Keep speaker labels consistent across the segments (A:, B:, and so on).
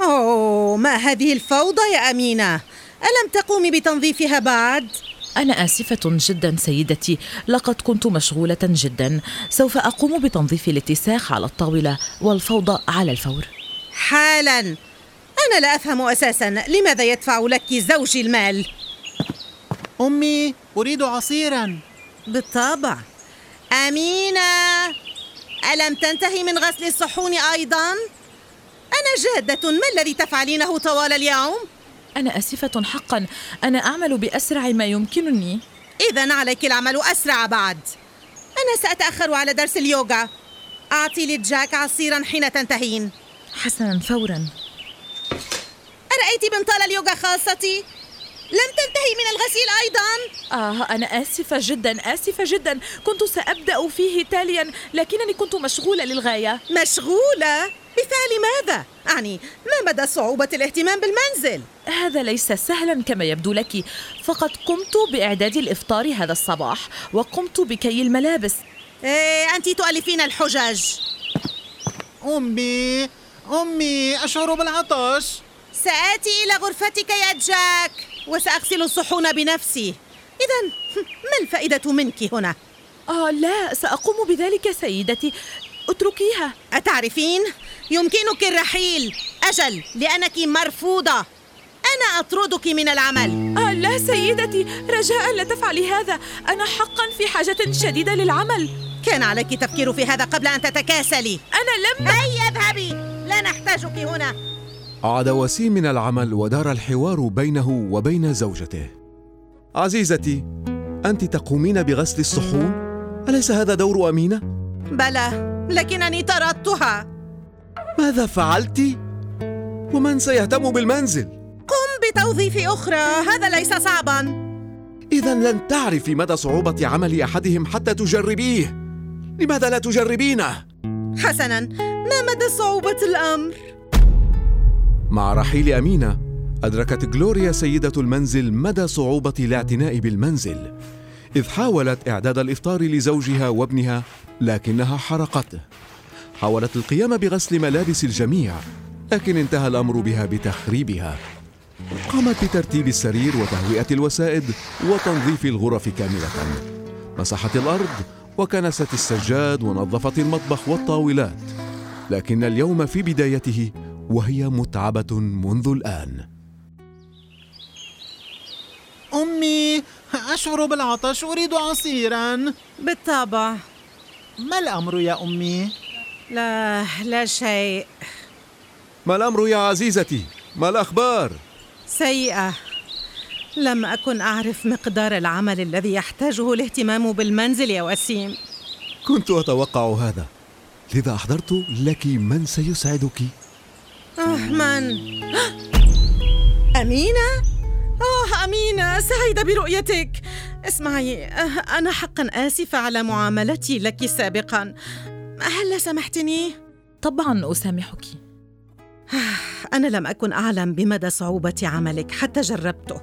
A: أوه ما هذه الفوضى يا أمينة ألم تقومي بتنظيفها بعد؟
B: أنا آسفة جدا سيدتي، لقد كنت مشغولة جدا، سوف أقوم بتنظيف الاتساخ على الطاولة والفوضى على الفور.
A: حالا أنا لا أفهم أساسا لماذا يدفع لك زوجي المال؟
C: أمي أريد عصيرا
A: بالطبع أمينة ألم تنتهي من غسل الصحون أيضا؟ أنا جادة ما الذي تفعلينه طوال اليوم؟
B: أنا آسفة حقا، أنا أعمل بأسرع ما يمكنني.
A: إذا عليك العمل أسرع بعد أنا سأتأخر على درس اليوغا أعطي لجاك عصيرا حين تنتهين
B: حسنا فورا.
A: أرأيت بنطال اليوغا خاصتي؟ لم تنتهي من الغسيل أيضا
B: آه أنا آسفة جدا، آسفة جدا، كنت سأبدأ فيه تاليا لكنني كنت مشغولة للغاية.
A: مشغولة بفعل ماذا؟ أعني ما مدى صعوبة الاهتمام بالمنزل؟
B: هذا ليس سهلا كما يبدو لك، فقد قمت بإعداد الإفطار هذا الصباح، وقمت بكي الملابس.
A: إيه أنت تؤلفين الحجج
C: أمي أمي أشعر بالعطش
A: سآتي إلى غرفتك يا جاك وسأغسل الصحون بنفسي إذا ما الفائدة منك هنا؟
B: آه لا، سأقوم بذلك سيدتي، اتركيها.
A: أتعرفين؟ يمكنك الرحيل أجل لأنك مرفوضة أنا أطردك من العمل
B: آه لا سيدتي، رجاء لا تفعلي هذا، أنا حقا في حاجة شديدة للعمل،
A: كان عليك تفكير في هذا قبل أن تتكاسلي
B: أنا لم
A: هيا اذهبي لا نحتاجك هنا
D: عاد وسيم من العمل ودار الحوار بينه وبين زوجته عزيزتي انت تقومين بغسل الصحون اليس هذا دور امينه
A: بلى لكنني طردتها
D: ماذا فعلت ومن سيهتم بالمنزل
A: قم بتوظيف أخرى هذا ليس صعبا
D: اذا لن تعرفي مدى صعوبه عمل احدهم حتى تجربيه لماذا لا تجربينه
A: حسنا ما مدى صعوبة الأمر؟
D: مع رحيل أمينة أدركت جلوريا سيدة المنزل مدى صعوبة الاعتناء بالمنزل إذ حاولت إعداد الإفطار لزوجها وابنها لكنها حرقته حاولت القيام بغسل ملابس الجميع لكن انتهى الأمر بها بتخريبها قامت بترتيب السرير وتهوئة الوسائد وتنظيف الغرف كاملة مسحت الأرض وكنست السجاد ونظفت المطبخ والطاولات لكن اليوم في بدايته وهي متعبة منذ الآن
C: أمي أشعر بالعطش أريد عصيرا
A: بالطبع
C: ما الأمر يا أمي؟
A: لا لا شيء
D: ما الأمر يا عزيزتي؟ ما الأخبار؟
A: سيئة لم أكن أعرف مقدار العمل الذي يحتاجه الاهتمام بالمنزل يا وسيم
D: كنت أتوقع هذا لذا أحضرت لك من سيسعدك
A: آه من أمينة؟ آه أمينة سعيدة برؤيتك اسمعي آه، أنا حقا آسفة على معاملتي لك سابقا هل سمحتني؟
B: طبعا أسامحك.
A: آه، أنا لم أكن أعلم بمدى صعوبة عملك حتى جربته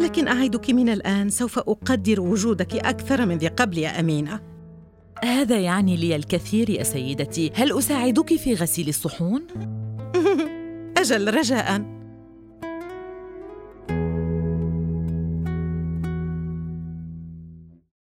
A: لكن أعدك من الآن سوف أقدر وجودك أكثر من ذي قبل يا أمينة
B: هذا يعني لي الكثير يا سيدتي، هل أساعدك في غسيل الصحون؟
A: أجل رجاء